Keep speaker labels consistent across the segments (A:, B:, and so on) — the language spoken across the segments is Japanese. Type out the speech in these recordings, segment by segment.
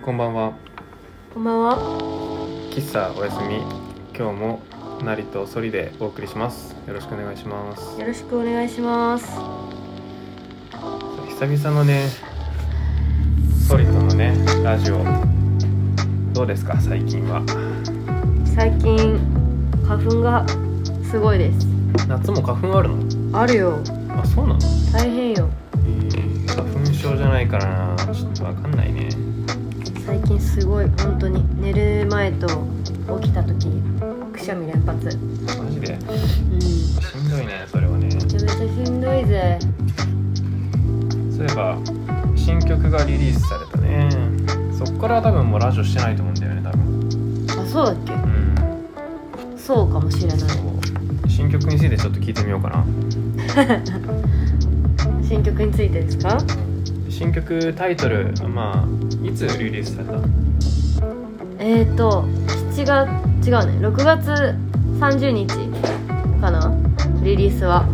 A: こんばんは
B: こんばんは。
A: 喫茶おやすみ今日もなりとそりでお送りしますよろしくお願いします
B: よろしくお願いします。
A: 久々のねソリとのねラジオどうですか最近は
B: 最近花粉がすごいです。
A: 夏も花粉あるの
B: あるよ。
A: あそうなの、
B: 大変よ。
A: 花粉症じゃないからなちょっとわかんないね
B: 最近すごい本当に寝る前と起きた時くしゃみ連発。うん。
A: マジで
B: めち
A: しんどいねそれはね
B: ゃめちゃしんどいぜ。
A: そういえば新曲がリリースされたねそっから多分もうラジオしてないと思うんだよね多分
B: あ、そうだっけ？
A: うん
B: そうかもしれない。
A: そう新曲についてちょっと聞いてみようかな
B: 新曲についてですか？
A: 新曲タイトルまあいつリリースされた
B: えーと7月違うね6月30日かなリリースは。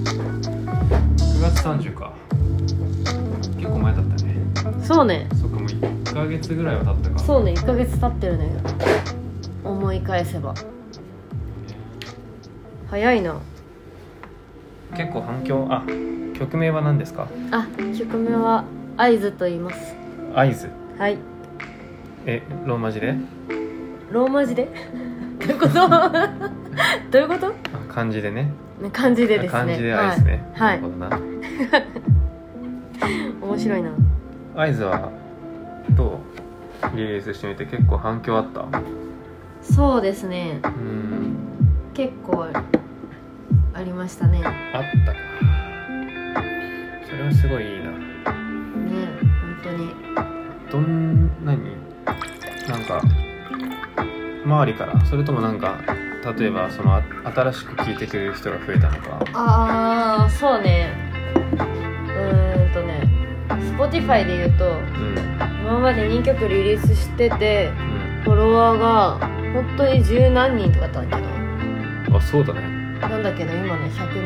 A: 9月30か結構前だったね
B: そうね。
A: そっかもう1ヶ月ぐらいは経ったか
B: そうね1ヶ月経ってるね思い返せば早いな
A: 結構反響あ曲名は何ですか
B: あ曲名は「合図」と言います
A: 合図
B: はい
A: えローマ字で
B: ローマ字で どういうことどういうこと
A: あ漢字でね
B: ね漢字でですね
A: 漢字で合図ね、
B: はい
A: なるほどな
B: はい、面白いな
A: 合図はどうリリースしてみて結構反響あった
B: そうですね
A: うん
B: 結構ありましたねね
A: あったかそれはすごいいいな
B: 本
A: ど
B: 当に
A: んなになんか周りからそれともなんか例えばそのあ新しく聞いてくれる人が増えたのか
B: ああそうねうーんとね Spotify で言うと
A: うん
B: 今まで2曲リリースしてて
A: う
B: フォロワーが本当に十何人とかだったけど
A: んあそうだね
B: なんだけど今ね100人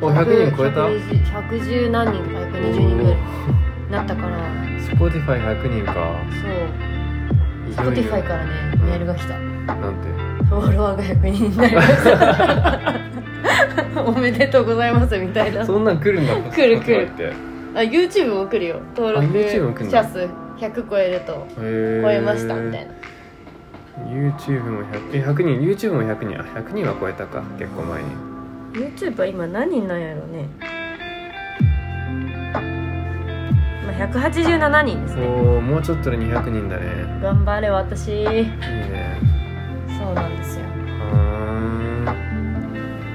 A: お100人超えた
B: 110 110何人か120人ぐらいになったから
A: スポティファイ100人か
B: そう
A: い
B: Spotify
A: よ
B: からね
A: うん
B: メールが来
A: い
B: た
A: よなんて
B: フォロワーが100人になりました おめでとうございますみたいなあ
A: そんなん来るんだ
B: 来る来る
A: Spotify ってへ
B: YouTube も来るよ登
A: あ YouTube も来
B: 録
A: るの
B: 者数100超えると
A: え
B: 超えましたみたいな
A: YouTube も 100, え100人 YouTube も100人あ100人は超えたか結構前に
B: YouTuber 今何人なんやろうね、まあ、187人ですね
A: おおもうちょっとで200人だね
B: 頑張れ私
A: いいね
B: そうなんですよ
A: は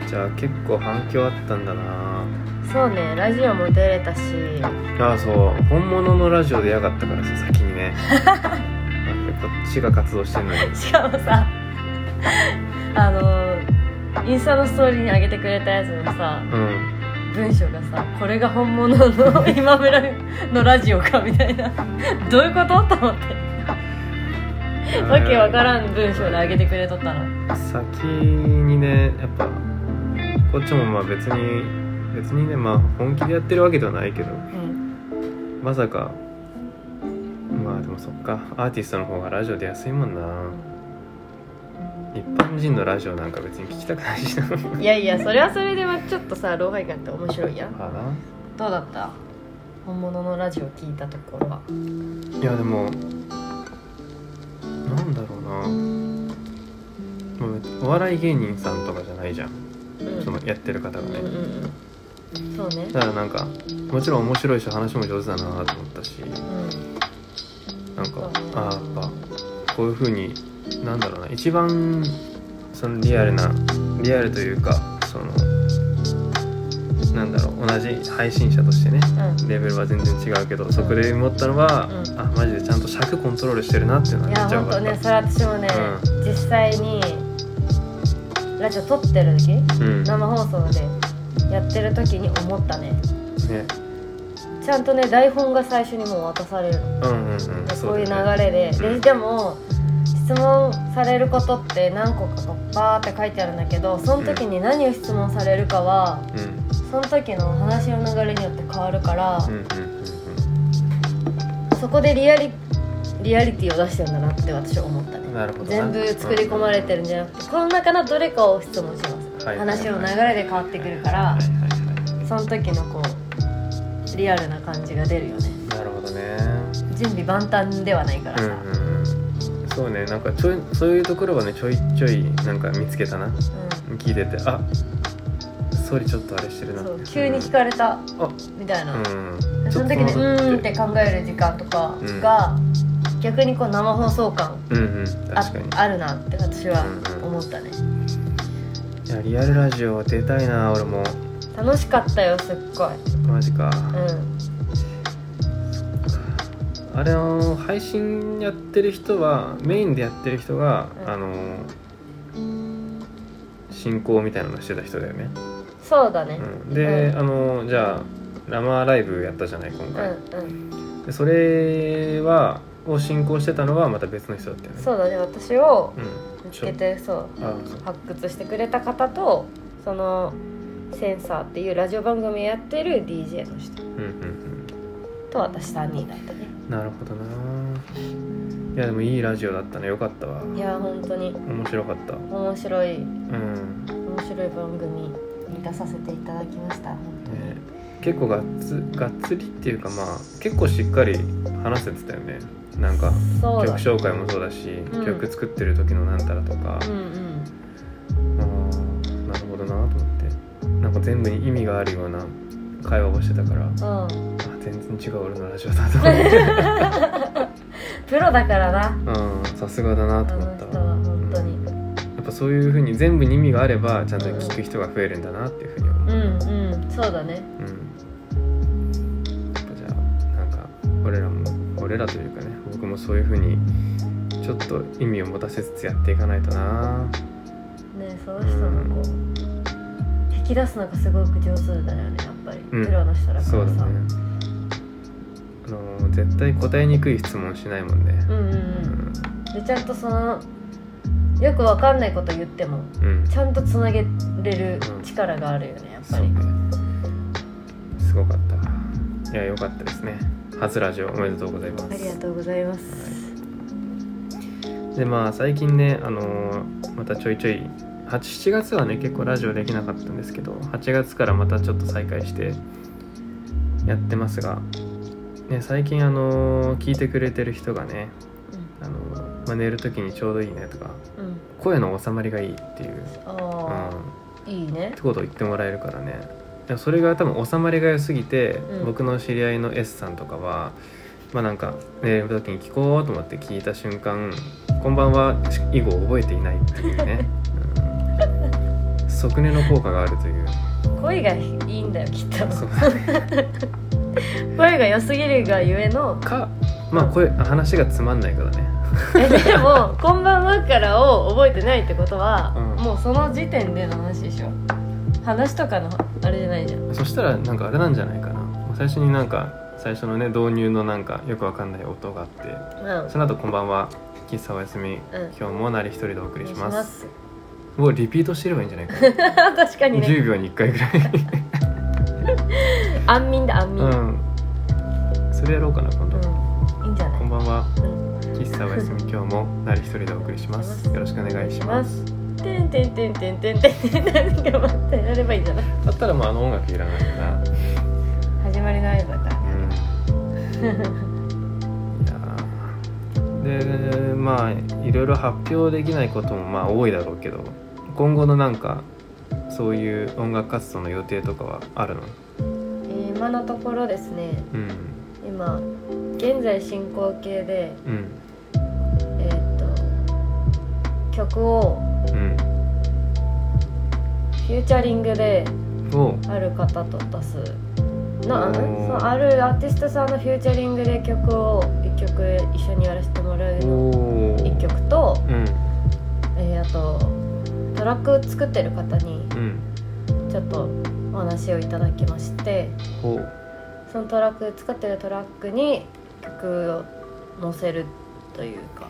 A: ーんじゃあ結構反響あったんだな
B: そうねラジオも出れたし
A: ああそう本物のラジオでやがったからさ先にねなんでこっちが活動してんのに
B: しかもさ あのインスタのストーリーに上げてくれたやつのさ
A: うん
B: 文章がさこれが本物 の今村のラジオかみたいなどういうことと思ってわけわからん文章で上げてくれとったの
A: 先にねやっぱこっちもまあ別に別にねまあ本気でやってるわけではないけど
B: うん
A: まさかまあでもそっかアーティストの方がラジオ出やすいもんな一般人のラジオなんか別に聞きたくないし な
B: いやいやそれはそれではちょっとさ老廃感って面白いやん
A: かな
B: どうだった本物のラジオ聞いたところはい
A: やでもなんだろうなもうお笑い芸人さんとかじゃないじゃん
B: うん
A: そのやってる方が
B: うん
A: ね
B: うんうんそうね
A: だからなんかもちろん面白いし話も上手だなと思ったし
B: うん
A: なんかああやっぱこういう風になんだろうな一番そのリアルなリアルというかそのなんだろう同じ配信者としてね
B: う
A: レベルは全然違うけどそこで思ったのは、
B: うん
A: あマジでちゃんと尺コントロールしてるなっていうのは
B: ん、
A: め
B: い
A: っちゃ
B: や
A: 分か
B: 本
A: っ
B: 当ねそ
A: た
B: れ私もね、実際にラジオ撮ってる時
A: うん
B: 生放送でやってる時に思ったね
A: ね
B: ちゃんとね台本が最初にもう渡されるの
A: うんうんうんそうだ
B: で
A: ね
B: こういう流れで、
A: うん
B: ででも質問されることって何個かバーって書いてあるんだけどその時に何を質問されるかは、その時の話の流れによって変わるから、
A: うんうんうんうん
B: そこでリアリリアリティを出してるんだなって私は思ったね
A: なるほど
B: 全部作り込まれてるんじゃなくてこの中のどれかを質問します、
A: はい
B: 話の流れで変わってくるから、
A: はいはいは
B: その時のこうリアルな感じが出るよね
A: いなるほどね
B: 準備万端ではないか
A: う
B: らさ、
A: んうんうんそうねなんかちょいそういうところはねちょいちょいなんか見つけたな聞いててあそれちょっとあれしてる
B: う
A: なん
B: そう急に聞かれたみたいな、
A: うん
B: その時に
A: ち
B: う
A: ょっと
B: ーんって考える時間とかが、逆にこう生放送感
A: うんうん
B: あ
A: 確かに
B: あるなって私は思ったね、
A: いやリアルラジオ出たいな俺も
B: 楽しかったよすっごい
A: マジか、
B: うん
A: あれの配信やってる人はメインでやってる人が、
B: うん
A: あの進行みたいなのしてた人だよね、
B: そうだね
A: うん、で、
B: う
A: あのじゃあラマーライブやったじゃない今
B: うん
A: 回、
B: うん、
A: でそれはを進行してたのはまた別の人だったよね
B: そうだね私を
A: う
B: 見つけてそう
A: あそう
B: 発掘してくれた方とそのセンサーっていうラジオ番組やってる DJ の人
A: うんうんうん
B: と私3人だったね
A: なるほどないやでもいいラジオだったねよかったわ
B: いや本当に
A: 面白かった
B: 面白い
A: うん、
B: 面白い番組に出させていただきました本当に、
A: ね、結構がっつがっつりっていうかまあ結構しっかり話せてたよねなんか
B: そうだ
A: 曲紹介もそうだし、
B: うん
A: 曲作ってる時のなんたらとか、
B: うんうん
A: あーなるほどなと思ってなんか全部に意味があるような会話をしてたからあ
B: うん
A: 全然違う俺のラジオだと思っ て、
B: プロだからな
A: うん、さすがだな
B: あ
A: と思
B: の
A: った
B: 人は本当に
A: うんやっぱそういうふうに全部に意味があればちゃんと聞く人が増えるんだなっていうふうに思う、
B: うんうんそうだね
A: うん、やっぱじゃあなんか俺らも俺らというかね僕もそういうふうにちょっと意味を持たせつつやっていかないとな
B: ねその人のこう、引き出すのがすごく上手だよねやっぱり、
A: うん
B: プロの人だからさ
A: そうだねあのー絶対答えにくい質問しないもんね
B: うんうん
A: う
B: う
A: んん
B: でちゃんとそのよくわかんないこと言っても
A: うん
B: ちゃんとつなげれる力があるよねやっぱ
A: そう
B: り、
A: ねすごかったわいや良かったですね初ラジオおめでとうございます
B: ありがとうございます、
A: でまあ最近ね、あのーまたちょいちょい87月はね結構ラジオできなかったんですけど8月からまたちょっと再開してやってますが、ね、最近、あのー聞いてくれてる人がね、あのーまあ、寝る時にちょうどいいねとか
B: うんうん
A: 声の収まりがいいっていう、うん、
B: ああ、いいね
A: ってことを言ってもらえるからねでもそれが多分収まりが良すぎて、
B: うん
A: 僕の知り合いの S さんとかはまあなんか寝る時に聞こうと思って聞いた瞬間「こんばんは」以後覚えていないっていう ね、うん、即寝の効果があるという
B: 声がいいんだよきっと
A: そうだね
B: 声が良すぎるがゆえの
A: かまあ声話がつまんないからね
B: えでも「こんばんは」からを覚えてないってことは、
A: うん
B: もうその時点での話でしょ話とかのあれじゃないじゃん
A: そしたらなんかあれなんじゃないかな最初になんか最初のね導入のなんかよくわかんない音があって
B: うん
A: その後こんばんは喫茶おやすみ、
B: うん
A: 今日もなり一人でお送りし
B: お願いし
A: ま
B: ますす
A: もうリピートしてればいいんじゃないかな
B: 確かにね
A: 10秒に1回ぐらい
B: 安眠だ安
A: う
B: 眠、うん
A: んそれやろうかな今度、
B: いいんじゃない
A: こんばんは
B: うん
A: 喫茶おやすみ今日もなり一人でお送りしますよろしくお願いします
B: てんてんてんてんてんてんてんてん頑張ってやればいいんじゃない
A: だったらもうあの音楽いらないよな
B: 始まりの合図だから
A: うん いやーでまあいろいろ発表できないこともまあ多いだろうけど今後のなんかそういう音楽活動の予定とかはあるの
B: えー今のところですね
A: うん
B: 今現在進行形で
A: うん
B: えーっと曲を
A: うん
B: フューチャリングで
A: お
B: ある方と出すな
A: お
B: あ
A: ー
B: そのあるアーティストさんのフューチャリングで曲を1曲一緒にやらせてもらうの
A: おー
B: 1曲と、
A: うん
B: えーあとトラック作ってる方に
A: うん
B: ちょっとお話をいただきまして
A: おう
B: そのトラック作ってるトラックに曲を載せるというか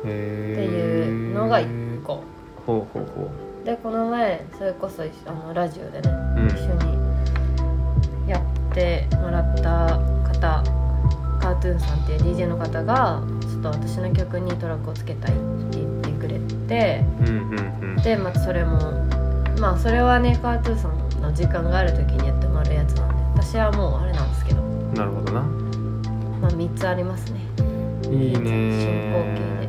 A: って
B: っていうのが1個
A: ほうほうほ
B: でこの前それこそ一緒あのラジオでね
A: う、うん、
B: 一緒にやってもらった方カートゥーンさんっていう DJ の方がちょっと私の曲にトラックをつけたいって言ってくれて
A: うんうん
B: でまたそれもまあそれはねカートゥーンさんの時間がある時にやってもらうやつなんで私はもうあれなんですけど
A: うんなるほどな
B: まあ3つありますね
A: いい
B: 進
A: ね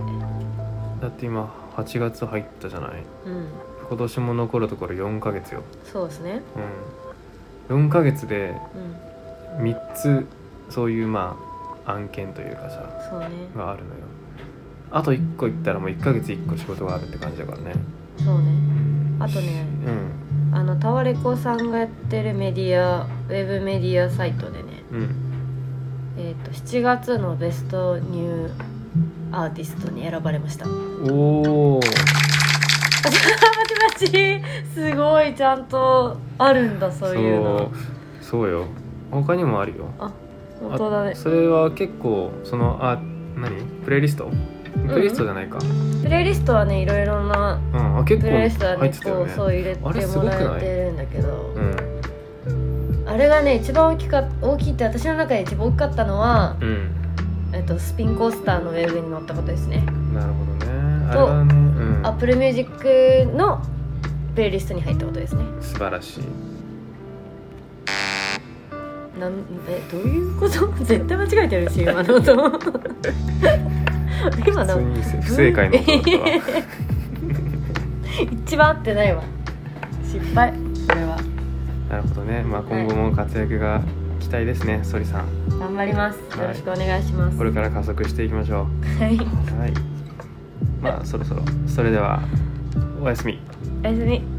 B: 行
A: だって今8月入ったじゃない
B: 形でうん
A: 今年も残るところ4ヶ月よ
B: そうですね
A: うん4ヶ月で
B: うん
A: 3つそういうまあ案件というかさ
B: そうね
A: があるのよあと1個いったらもう1ヶ月1個仕事があるって感じだからね
B: そうねあとね
A: うん
B: あのタワレコさんがやってるメディアウェブメディアサイトでね、
A: うん
B: えー、と7月のベストニューアーティストに選ばれましたあ
A: おお
B: パチパチすごいちゃんとあるんだそういうの
A: そうそうよ他にもあるよ
B: 本当だね
A: あそれは結構そのあ何プレイリストプレイリストじゃないか、うん
B: プレイリストはねいろいろな
A: あ結
B: プ
A: 構
B: レイリストは
A: 入っ
B: ね
A: てた
B: こ
A: よ
B: う
A: ね
B: そう入れても
A: あれすごくない
B: らえてるんだけど
A: うん
B: あれがね一番大きか大きいって私の中で一番大きかったのは、
A: うん
B: えっとスピンコースターのウェブに載ったことですね
A: なるほどねあれ
B: と
A: はね、うん、
B: アップルミュージックのプレイリストに入ったことですね
A: 素晴らしい
B: なんえどういうこと 絶対間違えてるし今の音 今
A: 普通
B: の
A: に不正解のことだっ たわ
B: 一番合ってないわ失敗これは
A: なるほどね、まあ、今後も活躍が期待ですねソリさん
B: 頑張ります
A: はい
B: よろしくお願いします
A: これから加速していきましょ
B: はい、
A: うはいまあそろそろそれではおやすみ
B: おやすみ